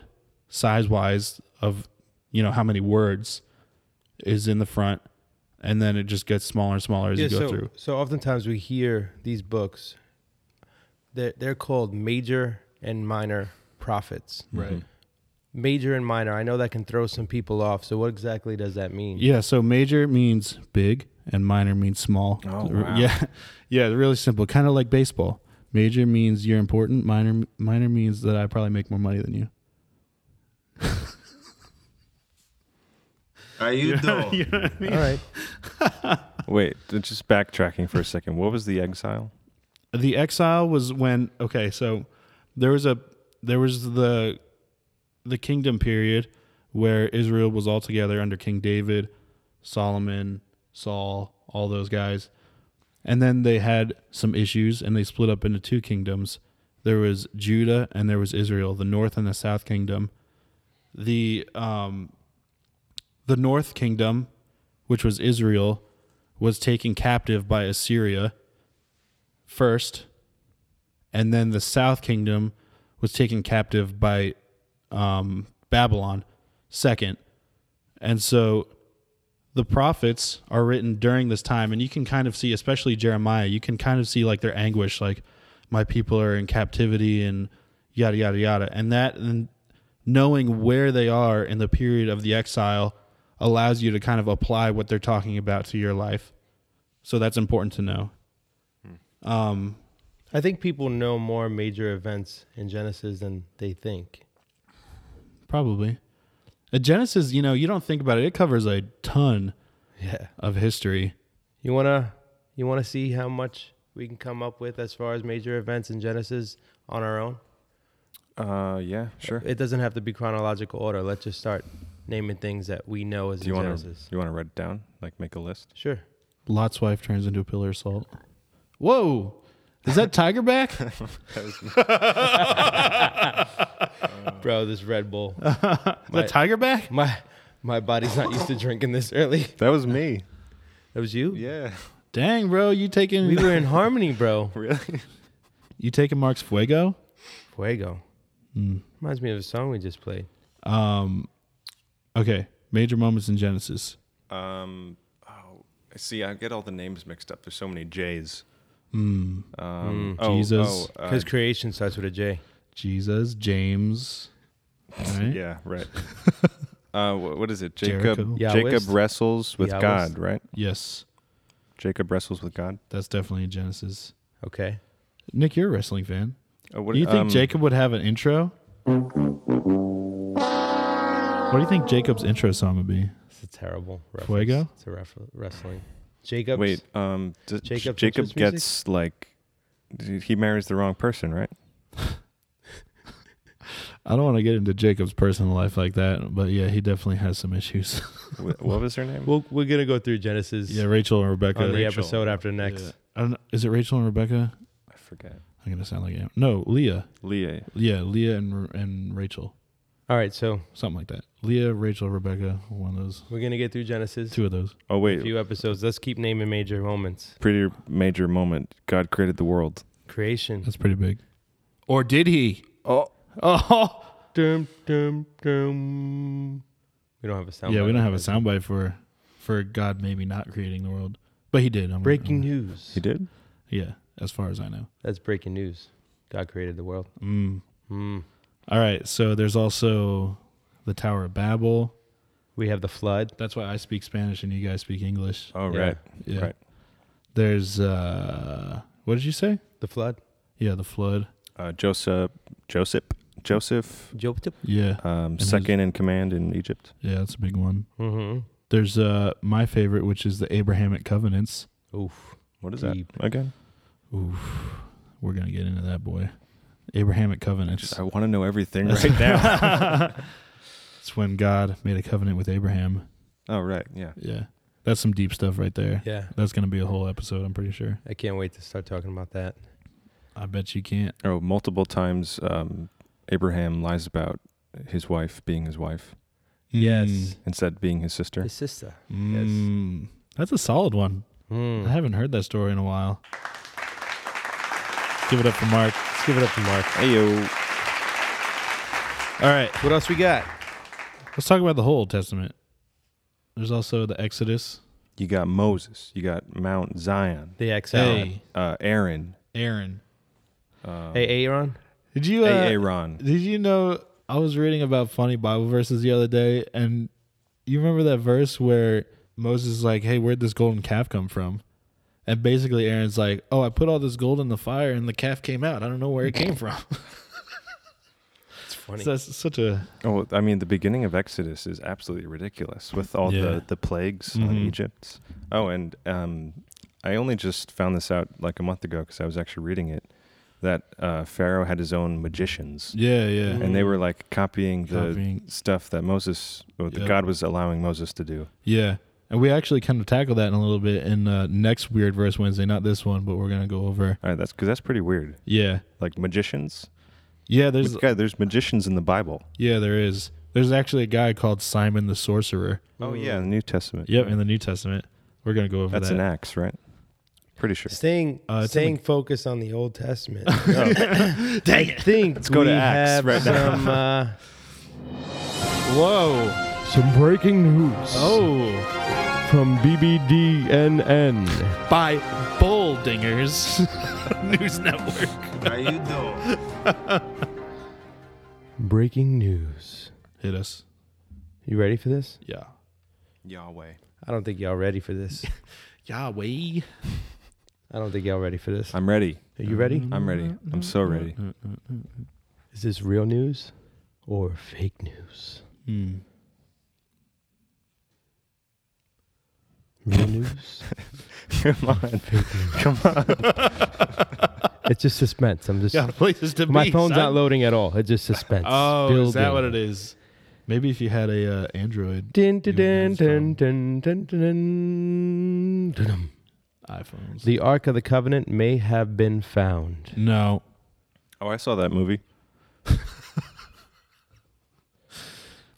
[SPEAKER 2] size wise of you know how many words is in the front and then it just gets smaller and smaller as you go
[SPEAKER 1] so,
[SPEAKER 2] through
[SPEAKER 1] so oftentimes we hear these books. They're, they're called major and minor prophets.
[SPEAKER 2] right
[SPEAKER 1] Major and minor. I know that can throw some people off. So what exactly does that mean?
[SPEAKER 2] yeah so major means big and minor means small
[SPEAKER 3] Oh,
[SPEAKER 2] R-
[SPEAKER 3] wow.
[SPEAKER 2] yeah yeah really simple kind of like baseball major means you're important minor minor means that i probably make more money than you
[SPEAKER 6] How you doing?
[SPEAKER 1] All right.
[SPEAKER 3] Wait, just backtracking for a second. What was the exile?
[SPEAKER 2] the exile was when okay so there was a there was the the kingdom period where israel was all together under king david solomon saul all those guys and then they had some issues and they split up into two kingdoms there was judah and there was israel the north and the south kingdom the um the north kingdom which was israel was taken captive by assyria first, and then the South Kingdom was taken captive by um, Babylon second. And so the prophets are written during this time, and you can kind of see, especially Jeremiah, you can kind of see like their anguish, like my people are in captivity and yada yada yada, and that and knowing where they are in the period of the exile allows you to kind of apply what they're talking about to your life. So that's important to know. Um,
[SPEAKER 1] I think people know more major events in Genesis than they think.
[SPEAKER 2] Probably. Uh, Genesis, you know, you don't think about it. It covers a ton
[SPEAKER 1] Yeah.
[SPEAKER 2] of history.
[SPEAKER 1] You wanna you wanna see how much we can come up with as far as major events in Genesis on our own?
[SPEAKER 3] Uh, yeah, sure.
[SPEAKER 1] It doesn't have to be chronological order. Let's just start naming things that we know as
[SPEAKER 3] Do you
[SPEAKER 1] in
[SPEAKER 3] want to
[SPEAKER 1] Genesis.
[SPEAKER 3] you want to write it down, like make a list?
[SPEAKER 1] Sure.
[SPEAKER 2] Lot's wife turns into a pillar of salt. Whoa. Is that tiger back?
[SPEAKER 3] Uh,
[SPEAKER 1] Bro, this Red Bull.
[SPEAKER 2] Is that tiger back?
[SPEAKER 1] my my body's not used to drinking this early.
[SPEAKER 3] That was me.
[SPEAKER 1] That was you?
[SPEAKER 3] Yeah,
[SPEAKER 2] Dang, bro, you taking
[SPEAKER 1] We were in harmony, bro.
[SPEAKER 3] really.
[SPEAKER 2] you taking Mark's fuego?
[SPEAKER 1] Fuego.
[SPEAKER 3] Mm.
[SPEAKER 1] Reminds me of a song we just played.
[SPEAKER 2] Um Okay. Major moments in Genesis.
[SPEAKER 3] Um, oh, see, I get all the names mixed up. There's so many J's. Um, oh,
[SPEAKER 2] Jesus.
[SPEAKER 3] oh, uh,
[SPEAKER 1] Because creation starts with a J.
[SPEAKER 2] Jesus, James. Right?
[SPEAKER 3] yeah, right. uh, wh- what is it?
[SPEAKER 2] Jericho.
[SPEAKER 3] Jacob.
[SPEAKER 1] Yahwist.
[SPEAKER 3] Jacob wrestles with
[SPEAKER 1] Yahwist.
[SPEAKER 3] God, right?
[SPEAKER 2] Yes.
[SPEAKER 3] Jacob wrestles with God.
[SPEAKER 2] That's definitely in Genesis.
[SPEAKER 1] Okay.
[SPEAKER 2] Nick, you're a wrestling fan.
[SPEAKER 3] Uh, what,
[SPEAKER 2] Do you think
[SPEAKER 3] um,
[SPEAKER 2] Jacob would have an intro? What do you think Jacob's intro song would be?
[SPEAKER 1] It's a terrible reference.
[SPEAKER 2] Fuego?
[SPEAKER 1] It's a ref- wrestling. Jacobs.
[SPEAKER 3] Wait, um, d-
[SPEAKER 1] Jacob
[SPEAKER 3] Jacob, Jacob
[SPEAKER 1] Fincher's music?
[SPEAKER 3] gets like d- he marries the wrong person, right?
[SPEAKER 2] I don't want to get into Jacob's personal life like that, but yeah, he definitely has some issues.
[SPEAKER 3] Wh- what was her name?
[SPEAKER 1] We'll, we're going to go through Genesis
[SPEAKER 2] yeah, Rachel and Rebecca.
[SPEAKER 1] on the
[SPEAKER 3] Rachel.
[SPEAKER 1] episode after next.
[SPEAKER 2] Yeah. I don't know, is it Rachel and Rebecca?
[SPEAKER 3] I forget.
[SPEAKER 2] I'm gonna sound like I am. No, Leah.
[SPEAKER 3] Leah.
[SPEAKER 2] Yeah, Leah and and Rachel.
[SPEAKER 1] All right, so
[SPEAKER 2] something like that. Leah, Rachel, Rebecca, one of those,
[SPEAKER 1] we're gonna get through Genesis.
[SPEAKER 2] two of those.
[SPEAKER 3] Oh
[SPEAKER 1] A
[SPEAKER 3] wait,
[SPEAKER 1] few episodes. Let's keep naming major moments.
[SPEAKER 3] pretty major moment. God created the world.
[SPEAKER 1] Creation.
[SPEAKER 2] That's pretty big. Or did he? Oh, oh,
[SPEAKER 1] Dum, dum, dum. We don't have a sound.
[SPEAKER 2] yeah.
[SPEAKER 1] bite
[SPEAKER 2] We don't
[SPEAKER 1] on
[SPEAKER 2] have a
[SPEAKER 1] this.
[SPEAKER 2] soundbite for for God maybe not creating the world, but He did. I'm
[SPEAKER 1] Breaking
[SPEAKER 2] I'm-
[SPEAKER 1] news.
[SPEAKER 3] He did.
[SPEAKER 2] Yeah, as far as I know.
[SPEAKER 1] That's breaking news. God created the world.
[SPEAKER 2] Mm.
[SPEAKER 1] Mm.
[SPEAKER 2] All right. So there's also the Tower of Babel.
[SPEAKER 1] We have the flood.
[SPEAKER 2] That's why I speak Spanish and you guys speak English.
[SPEAKER 3] Oh
[SPEAKER 1] Yeah.
[SPEAKER 3] right,
[SPEAKER 2] Yeah.
[SPEAKER 3] right.
[SPEAKER 2] There's uh, what did you say?
[SPEAKER 1] The flood.
[SPEAKER 2] Yeah, the flood.
[SPEAKER 3] Uh, Joseph, Joseph, Joseph,
[SPEAKER 1] Joseph.
[SPEAKER 2] Yeah,
[SPEAKER 3] um,
[SPEAKER 2] his-
[SPEAKER 3] second in command in Egypt.
[SPEAKER 2] yeah, that's a big one.
[SPEAKER 1] Mm-hmm.
[SPEAKER 2] There's uh my favorite, which is the Abrahamic covenants.
[SPEAKER 1] Oof.
[SPEAKER 3] What is
[SPEAKER 1] Deep.
[SPEAKER 3] that again?
[SPEAKER 2] Oof, we're gonna get into that boy. Abrahamic covenants.
[SPEAKER 3] I want to know everything right now.
[SPEAKER 2] It's when God made a covenant with Abraham.
[SPEAKER 3] oh right, yeah.
[SPEAKER 2] Yeah, that's some deep stuff right there.
[SPEAKER 1] Yeah.
[SPEAKER 2] That's gonna be a whole episode, I'm pretty sure.
[SPEAKER 1] I can't wait to start talking about that.
[SPEAKER 2] I bet you can't.
[SPEAKER 3] Oh, multiple times um, Abraham lies about his wife being his wife
[SPEAKER 1] Yes.
[SPEAKER 3] instead being his sister.
[SPEAKER 1] His sister. Yes.
[SPEAKER 2] Mm, That's a solid one. I
[SPEAKER 1] Mm.
[SPEAKER 2] haven't heard that story in a while. Give it up for Mark.
[SPEAKER 1] Let's give it up to Mark.
[SPEAKER 3] Hey yo,
[SPEAKER 2] All right,
[SPEAKER 1] What else we got?
[SPEAKER 2] let's talk about the whole Old Testament. There's also the Exodus.
[SPEAKER 3] you got Moses, you got Mount Zion,
[SPEAKER 1] The XL. Hey,
[SPEAKER 2] Hey,
[SPEAKER 3] uh, Aaron,
[SPEAKER 2] Aaron.
[SPEAKER 1] Aaron.
[SPEAKER 2] Did you uh,
[SPEAKER 3] Aaron.
[SPEAKER 2] Did you know I was reading about funny Bible verses the other day, and you remember that verse where Moses is like, "Hey, where'd this golden calf come from?" And basically, Aaron's like, "Oh, I put all this gold in the fire, and the calf came out. I don't know where it came from."
[SPEAKER 1] It's funny.
[SPEAKER 2] so that's such a
[SPEAKER 3] Oh, I mean, the beginning of Exodus is absolutely ridiculous with all
[SPEAKER 2] Yeah. Mm-hmm.
[SPEAKER 3] the, the plagues on Egypt. Oh, and um, I only just found this out like a month ago because I was actually reading it that uh, Pharaoh had his own magicians.
[SPEAKER 2] yeah, yeah,
[SPEAKER 3] And they were like copying the
[SPEAKER 2] Copying.
[SPEAKER 3] stuff that Moses, or that
[SPEAKER 2] Yep.
[SPEAKER 3] God was allowing Moses to do.
[SPEAKER 2] yeah. And we actually kind of tackle that in a little bit in uh, next weird verse Wednesday, not this one, but we're gonna go over.
[SPEAKER 3] All right, that's because that's pretty weird.
[SPEAKER 2] Yeah,
[SPEAKER 3] Like magicians,
[SPEAKER 2] yeah. There's
[SPEAKER 3] God, there's magicians in the Bible.
[SPEAKER 2] yeah, there is. There's actually a guy called Simon the Sorcerer.
[SPEAKER 3] Oh yeah, the New Testament.
[SPEAKER 2] Yep, in the New Testament, we're gonna go over
[SPEAKER 3] that's
[SPEAKER 2] that.
[SPEAKER 3] an axe, right? Pretty sure.
[SPEAKER 1] Staying
[SPEAKER 2] Uh, it's in
[SPEAKER 1] staying focused on the Old Testament. Dang it. Think Let's
[SPEAKER 3] go
[SPEAKER 1] we
[SPEAKER 3] to Acts
[SPEAKER 1] have
[SPEAKER 3] right now.
[SPEAKER 1] some, uh, whoa. Some breaking news.
[SPEAKER 2] Oh.
[SPEAKER 1] From BBDNN.
[SPEAKER 2] by Bulldingers News Network.
[SPEAKER 6] How you doing?
[SPEAKER 1] Breaking news.
[SPEAKER 2] Hit us.
[SPEAKER 1] You ready for this?
[SPEAKER 2] Yeah.
[SPEAKER 3] Yahweh.
[SPEAKER 1] I don't think y'all ready for this.
[SPEAKER 2] Yahweh.
[SPEAKER 1] I don't think y'all ready for this.
[SPEAKER 3] I'm ready.
[SPEAKER 1] Are you ready?
[SPEAKER 3] I'm ready.
[SPEAKER 2] Mm-hmm.
[SPEAKER 3] I'm so ready.
[SPEAKER 1] Is this real news or fake news?
[SPEAKER 2] Hmm.
[SPEAKER 1] Real news?
[SPEAKER 3] Come on. Come on.
[SPEAKER 1] it's just suspense. I'm just
[SPEAKER 2] Yeah, places to
[SPEAKER 1] my
[SPEAKER 2] be,
[SPEAKER 1] phone's
[SPEAKER 2] son.
[SPEAKER 1] not loading at all. It's just suspense.
[SPEAKER 2] Oh, is that what it is? Maybe if you had a uh, Android
[SPEAKER 1] Dun, dun,
[SPEAKER 2] You have
[SPEAKER 1] dun, dun,
[SPEAKER 2] some.
[SPEAKER 1] dun, dun, dun, dun, dun.
[SPEAKER 2] iPhones.
[SPEAKER 1] The Ark of the Covenant may have been found.
[SPEAKER 2] no.
[SPEAKER 3] Oh, I saw that movie.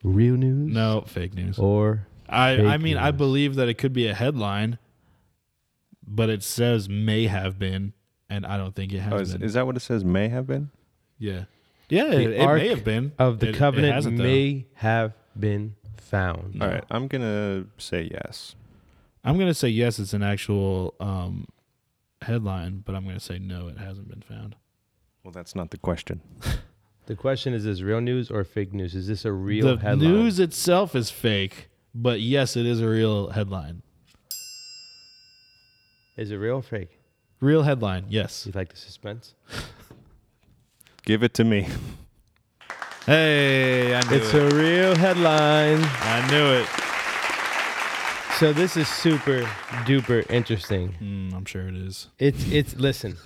[SPEAKER 1] Real news?
[SPEAKER 2] No, fake news.
[SPEAKER 1] Or
[SPEAKER 2] I,
[SPEAKER 1] Fake
[SPEAKER 2] I mean, I
[SPEAKER 1] news.
[SPEAKER 2] believe that it could be a headline, but it says may have been, and I don't think it has
[SPEAKER 3] Oh, is,
[SPEAKER 2] been.
[SPEAKER 3] is that what it says may have been?
[SPEAKER 2] yeah. Yeah,
[SPEAKER 1] The
[SPEAKER 2] it, it
[SPEAKER 1] Ark
[SPEAKER 2] may have been.
[SPEAKER 1] of the
[SPEAKER 2] It- it
[SPEAKER 1] Covenant
[SPEAKER 2] hasn't, though.
[SPEAKER 1] may have been found.
[SPEAKER 3] All right, I'm going to say yes.
[SPEAKER 2] I'm gonna say yes, it's an actual um, headline, but I'm gonna say no, it hasn't been found.
[SPEAKER 3] Well, that's not the question.
[SPEAKER 1] The question is: Is this real news or fake news? Is this a real
[SPEAKER 2] the
[SPEAKER 1] headline?
[SPEAKER 2] news itself is fake, but yes, it is a real headline.
[SPEAKER 1] Is it real or fake?
[SPEAKER 2] Real headline,
[SPEAKER 1] Do
[SPEAKER 2] yes.
[SPEAKER 1] you like the suspense?
[SPEAKER 3] Give it to me.
[SPEAKER 2] Hey, I knew
[SPEAKER 1] It's a real headline.
[SPEAKER 2] I knew it.
[SPEAKER 1] So this is super duper interesting.
[SPEAKER 2] Mm, I'm sure it is.
[SPEAKER 1] It's it's listen.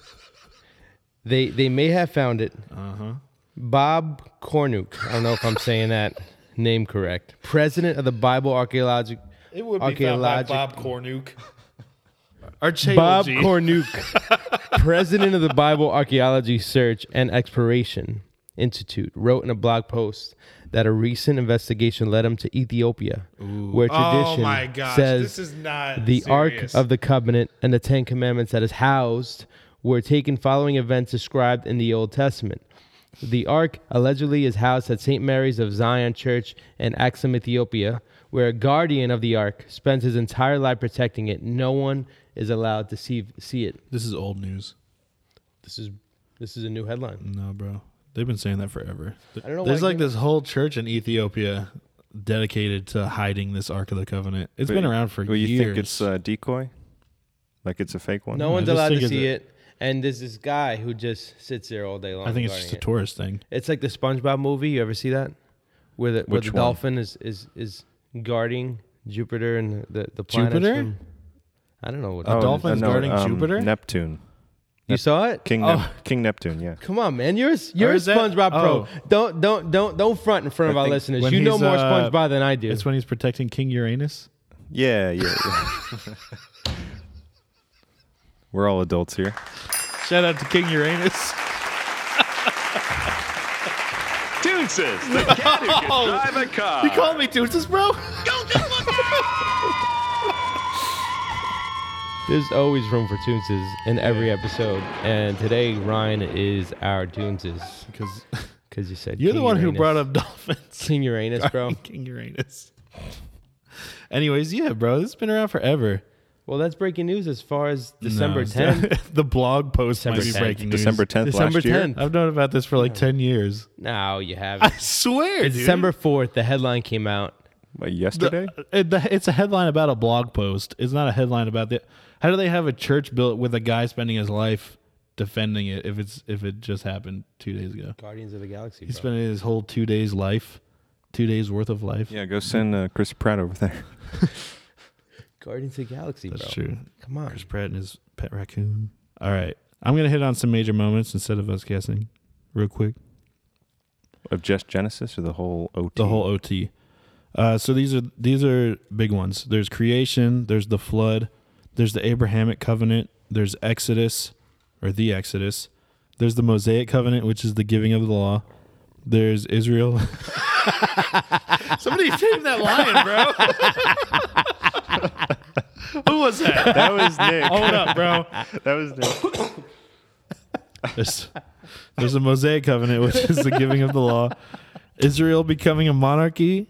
[SPEAKER 1] They they may have found it.
[SPEAKER 2] Uh
[SPEAKER 7] Uh-huh.
[SPEAKER 2] huh.
[SPEAKER 1] Bob Cornuke. I don't know if I'm saying that name correct. President of the Bible Archaeologic
[SPEAKER 2] It would
[SPEAKER 1] be found by Archaeologic- Bob
[SPEAKER 2] Cornuke. Or
[SPEAKER 1] Bob
[SPEAKER 2] Bob
[SPEAKER 1] Cornuke, president of the Bible Archaeology Search and Exploration, Institute wrote in a blog post that a recent investigation led him to Ethiopia, where tradition
[SPEAKER 7] oh my gosh,
[SPEAKER 1] says
[SPEAKER 7] this is not
[SPEAKER 1] the Ark
[SPEAKER 7] serious.
[SPEAKER 1] of the Covenant and the Ten Commandments that is housed were taken following events described in the Old Testament. The Ark allegedly is housed at St. Mary's of Zion Church in Axum, Ethiopia, where a guardian of the Ark spends his entire life protecting it. No one is allowed to see, see it.
[SPEAKER 2] This is old news.
[SPEAKER 1] This is this is a new headline.
[SPEAKER 2] No, bro. They've been saying that forever.
[SPEAKER 1] I don't know
[SPEAKER 2] There's
[SPEAKER 1] why
[SPEAKER 2] like
[SPEAKER 1] you-
[SPEAKER 2] this whole church in Ethiopia dedicated to hiding this Ark of the Covenant. It's been around for
[SPEAKER 3] Well, you
[SPEAKER 2] years.
[SPEAKER 3] think it's uh, a decoy? Like it's a fake one?
[SPEAKER 1] No
[SPEAKER 2] I
[SPEAKER 1] one's
[SPEAKER 2] just
[SPEAKER 1] allowed
[SPEAKER 2] think
[SPEAKER 1] to
[SPEAKER 2] it's
[SPEAKER 1] see
[SPEAKER 2] a-
[SPEAKER 1] it. And there's this guy who just sits there all day long.
[SPEAKER 2] I think it's just a
[SPEAKER 1] guarding it.
[SPEAKER 2] tourist thing.
[SPEAKER 1] It's like the SpongeBob movie. You ever see that? Where the where
[SPEAKER 3] Which
[SPEAKER 1] the
[SPEAKER 3] one?
[SPEAKER 1] dolphin is is is guarding Jupiter and the the planets
[SPEAKER 2] Jupiter?
[SPEAKER 1] from- I don't know what.
[SPEAKER 3] Oh,
[SPEAKER 2] dolphin's guarding Jupiter?
[SPEAKER 3] Neptune.
[SPEAKER 1] you saw it.
[SPEAKER 3] King,
[SPEAKER 1] Oh,
[SPEAKER 3] Nep- King Neptune, yeah.
[SPEAKER 1] come on, man. You're a, you're a
[SPEAKER 2] is that-
[SPEAKER 1] SpongeBob pro.
[SPEAKER 2] oh.
[SPEAKER 1] Don't don't don't don't front in front of
[SPEAKER 3] I
[SPEAKER 1] our
[SPEAKER 3] think
[SPEAKER 1] listeners.
[SPEAKER 2] when
[SPEAKER 1] You know
[SPEAKER 2] he's,
[SPEAKER 1] more
[SPEAKER 2] uh,
[SPEAKER 1] SpongeBob than I do.
[SPEAKER 2] It's when he's protecting King Uranus.
[SPEAKER 3] Yeah, yeah. yeah. We're all adults here.
[SPEAKER 2] Shout out to King Uranus.
[SPEAKER 6] Dude says the cat who can drive a car.
[SPEAKER 2] You called me Deuces, bro.
[SPEAKER 1] There's always room for toonses in every episode, and today Ryan is our toonses
[SPEAKER 2] Because
[SPEAKER 1] because you said
[SPEAKER 2] you're the
[SPEAKER 1] King
[SPEAKER 2] one who
[SPEAKER 1] Uranus.
[SPEAKER 2] brought up dolphins.
[SPEAKER 1] King Uranus, bro.
[SPEAKER 2] King Uranus. Anyways, yeah, bro, this has been around forever.
[SPEAKER 1] Well, that's breaking news as far as December
[SPEAKER 2] No, it's
[SPEAKER 1] 10th.
[SPEAKER 2] not. the blog post
[SPEAKER 1] December
[SPEAKER 2] might be
[SPEAKER 1] 10th.
[SPEAKER 2] breaking news.
[SPEAKER 3] December 10th
[SPEAKER 1] December
[SPEAKER 3] last year.
[SPEAKER 1] 10th.
[SPEAKER 2] I've known about this for like ten years.
[SPEAKER 1] No, you haven't.
[SPEAKER 2] swear, dude.
[SPEAKER 1] December 4th, the headline came out.
[SPEAKER 3] What, yesterday?
[SPEAKER 2] It- the- it's a headline about a blog post. It's not a headline about the. How do they have a church built with a guy spending his life defending it if it's if it just happened two days ago?
[SPEAKER 1] Guardians of the Galaxy.
[SPEAKER 2] He's spending his whole two days life, two days worth of life.
[SPEAKER 3] yeah, go send uh, Chris Pratt over there.
[SPEAKER 1] Guardians of the Galaxy,
[SPEAKER 2] that's
[SPEAKER 1] bro.
[SPEAKER 2] true.
[SPEAKER 1] Come on.
[SPEAKER 2] Chris Pratt and his pet raccoon. All right, I'm gonna hit on some major moments instead of us guessing, real quick.
[SPEAKER 3] Of just Genesis or the whole OT?
[SPEAKER 2] the whole OT. Uh, so these are these are big ones. There's creation. There's the flood. There's the Abrahamic covenant. There's Exodus, or the Exodus. There's the Mosaic covenant, which is the giving of the law. There's Israel. Somebody tame that lion, bro. Who was that?
[SPEAKER 3] That was Nick.
[SPEAKER 2] Hold up, bro.
[SPEAKER 3] that was Nick.
[SPEAKER 2] There's, there's a Mosaic covenant, which is the giving of the law. Israel becoming a monarchy,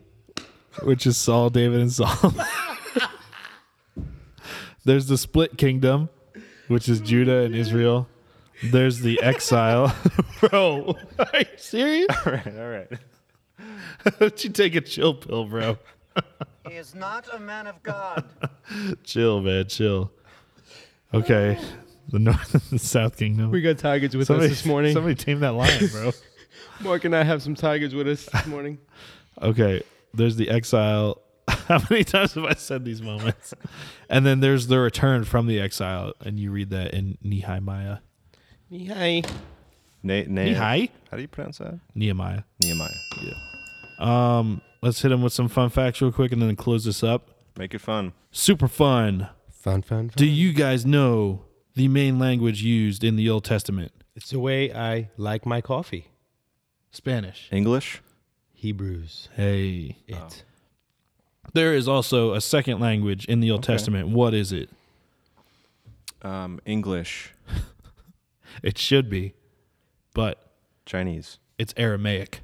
[SPEAKER 2] which is Saul, David, and Saul. there's the split kingdom, which is Judah and Israel. There's the exile. bro, are you serious?
[SPEAKER 3] all right,
[SPEAKER 2] Oh.
[SPEAKER 3] all right.
[SPEAKER 2] Don't you take a chill pill, bro?
[SPEAKER 8] He is not a man of God.
[SPEAKER 2] Chill, man, chill. Okay. The North and the South Kingdom.
[SPEAKER 1] We got Tigers with
[SPEAKER 2] Somebody-
[SPEAKER 1] us this morning.
[SPEAKER 2] Somebody tame that lion, bro.
[SPEAKER 1] Mark and I have some Tigers with us this morning.
[SPEAKER 2] Okay, there's the exile. How many times have I said these moments? and then there's the return from the exile, and you read that in Nehemiah.
[SPEAKER 1] Hi.
[SPEAKER 3] Na- na-
[SPEAKER 2] Nehemiah?
[SPEAKER 3] How do you pronounce that?
[SPEAKER 2] Nehemiah.
[SPEAKER 3] Nehemiah. Yeah.
[SPEAKER 2] Let's hit him with some fun facts real quick and then close this up.
[SPEAKER 3] Make it fun.
[SPEAKER 2] Super fun.
[SPEAKER 1] Fun, fun, fun.
[SPEAKER 2] Do you guys know the main language used in the Old Testament?
[SPEAKER 1] It's the way I like my coffee.
[SPEAKER 2] Spanish.
[SPEAKER 3] English?
[SPEAKER 1] Hebrews.
[SPEAKER 2] Hey.
[SPEAKER 1] It.
[SPEAKER 2] There is also a second language in the Old Testament. What is it?
[SPEAKER 3] Um, English.
[SPEAKER 2] It should be, but
[SPEAKER 3] Chinese.
[SPEAKER 2] it's Aramaic.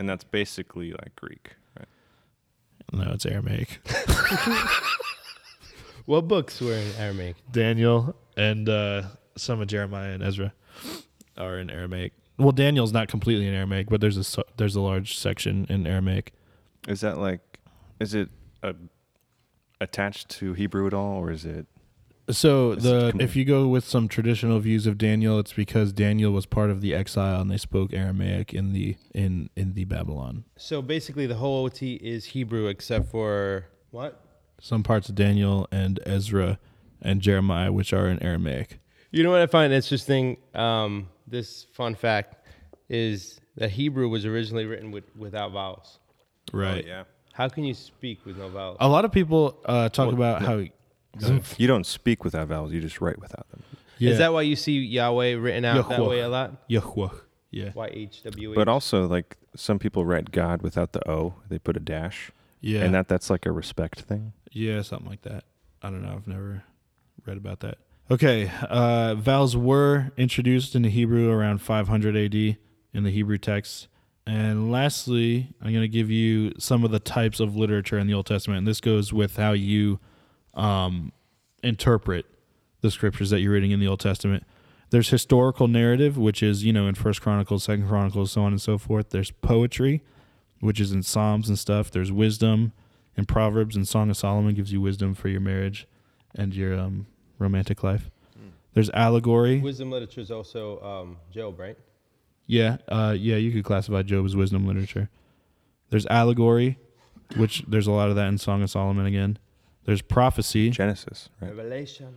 [SPEAKER 3] And that's basically like Greek. Right?
[SPEAKER 2] No, it's Aramaic.
[SPEAKER 1] What books were in Aramaic?
[SPEAKER 2] Daniel and uh, some of Jeremiah and Ezra are in Aramaic. Well, Daniel's not completely in Aramaic, but there's a so- there's a large section in Aramaic.
[SPEAKER 3] Is that like, is it uh attached to Hebrew at all or is it?
[SPEAKER 2] So the
[SPEAKER 3] com-
[SPEAKER 2] if you go with some traditional views of Daniel, it's because Daniel was part of the exile and they spoke Aramaic in the in in the Babylon.
[SPEAKER 1] So basically, the whole OT is Hebrew except for what?
[SPEAKER 2] Some parts of Daniel and Ezra and Jeremiah, which are in Aramaic.
[SPEAKER 1] You know what I find interesting? Um, this fun fact is that Hebrew was originally written with, without vowels.
[SPEAKER 2] Right.
[SPEAKER 3] Yeah.
[SPEAKER 1] How can you speak with no vowels?
[SPEAKER 2] A lot of people uh, talk about how.
[SPEAKER 3] You don't speak without vowels, you just write without them.
[SPEAKER 2] Yeah,
[SPEAKER 1] Is that why you see Yahweh written out that
[SPEAKER 2] Yahuwah.
[SPEAKER 1] way a lot?
[SPEAKER 2] Yahuwah? Yeah.
[SPEAKER 1] Y H W E. H.
[SPEAKER 3] But um, also, like some people write God without the O, they put a dash,
[SPEAKER 2] Yeah.
[SPEAKER 3] and that that's like a respect thing.
[SPEAKER 2] yeah, something like that. I don't know. I've never read about that. Okay. Uh, vowels were introduced into Hebrew around 500 AD in the Hebrew text. And lastly, I'm going to give you some of the types of literature in the Old Testament. And this goes with how you um, interpret the scriptures that you're reading in the Old Testament. There's historical narrative, which is you know in First Chronicles, Second Chronicles, so on and so forth. There's poetry, which is in Psalms and stuff. There's wisdom in Proverbs and Song of Solomon gives you wisdom for your marriage and your um, romantic life. There's allegory.
[SPEAKER 1] Wisdom literature is also um, Job, right?
[SPEAKER 2] Yeah, uh, yeah, you could classify Job as wisdom literature. There's allegory, which there's a lot of that in Song of Solomon again. There's prophecy.
[SPEAKER 3] Genesis, right?
[SPEAKER 1] Revelation.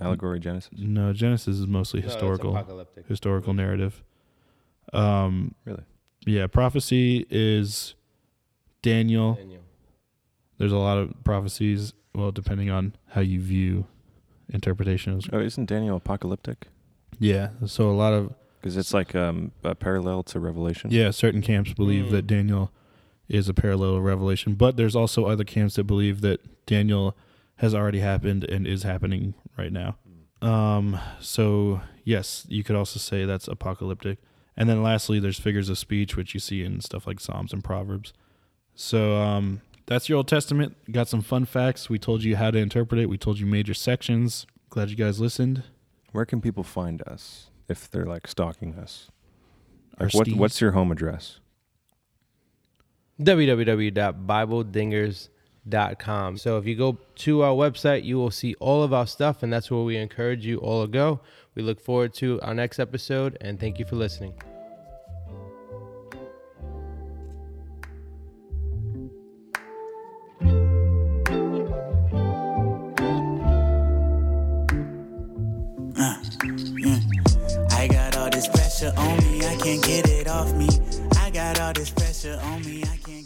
[SPEAKER 3] Allegory Genesis.
[SPEAKER 2] no, Genesis is mostly
[SPEAKER 1] No, that's
[SPEAKER 2] historical,
[SPEAKER 1] apocalyptic.
[SPEAKER 2] historical narrative. Um,
[SPEAKER 3] Really?
[SPEAKER 2] yeah, prophecy is Daniel.
[SPEAKER 1] Daniel.
[SPEAKER 2] There's a lot of prophecies. Well, depending on how you view interpretation.
[SPEAKER 3] Oh, isn't Daniel apocalyptic?
[SPEAKER 2] Yeah, so a lot of
[SPEAKER 3] Because it's like um, a parallel to Revelation.
[SPEAKER 2] Yeah, certain camps believe
[SPEAKER 3] Hmm.
[SPEAKER 2] that Daniel is a parallel revelation, but there's also other camps that believe that Daniel has already happened and is happening right now.
[SPEAKER 3] Hmm.
[SPEAKER 2] Um, so yes, you could also say that's apocalyptic. And then lastly, there's figures of speech, which you see in stuff like Psalms and Proverbs. So um, that's your Old Testament. Got some fun facts. We told you how to interpret it. We told you major sections. Glad you guys listened.
[SPEAKER 3] Where can people find us if they're like stalking us?
[SPEAKER 2] Our
[SPEAKER 3] Like, what,
[SPEAKER 2] Steves.
[SPEAKER 3] what's your home address?
[SPEAKER 1] www.bibledingers.com. So if you go to our website, you will see all of our stuff, and that's where we encourage you all to go. We look forward to our next episode, and thank you for listening.
[SPEAKER 5] I got all this pressure on me, I can't get it off me. I got all this pressure on me, I can't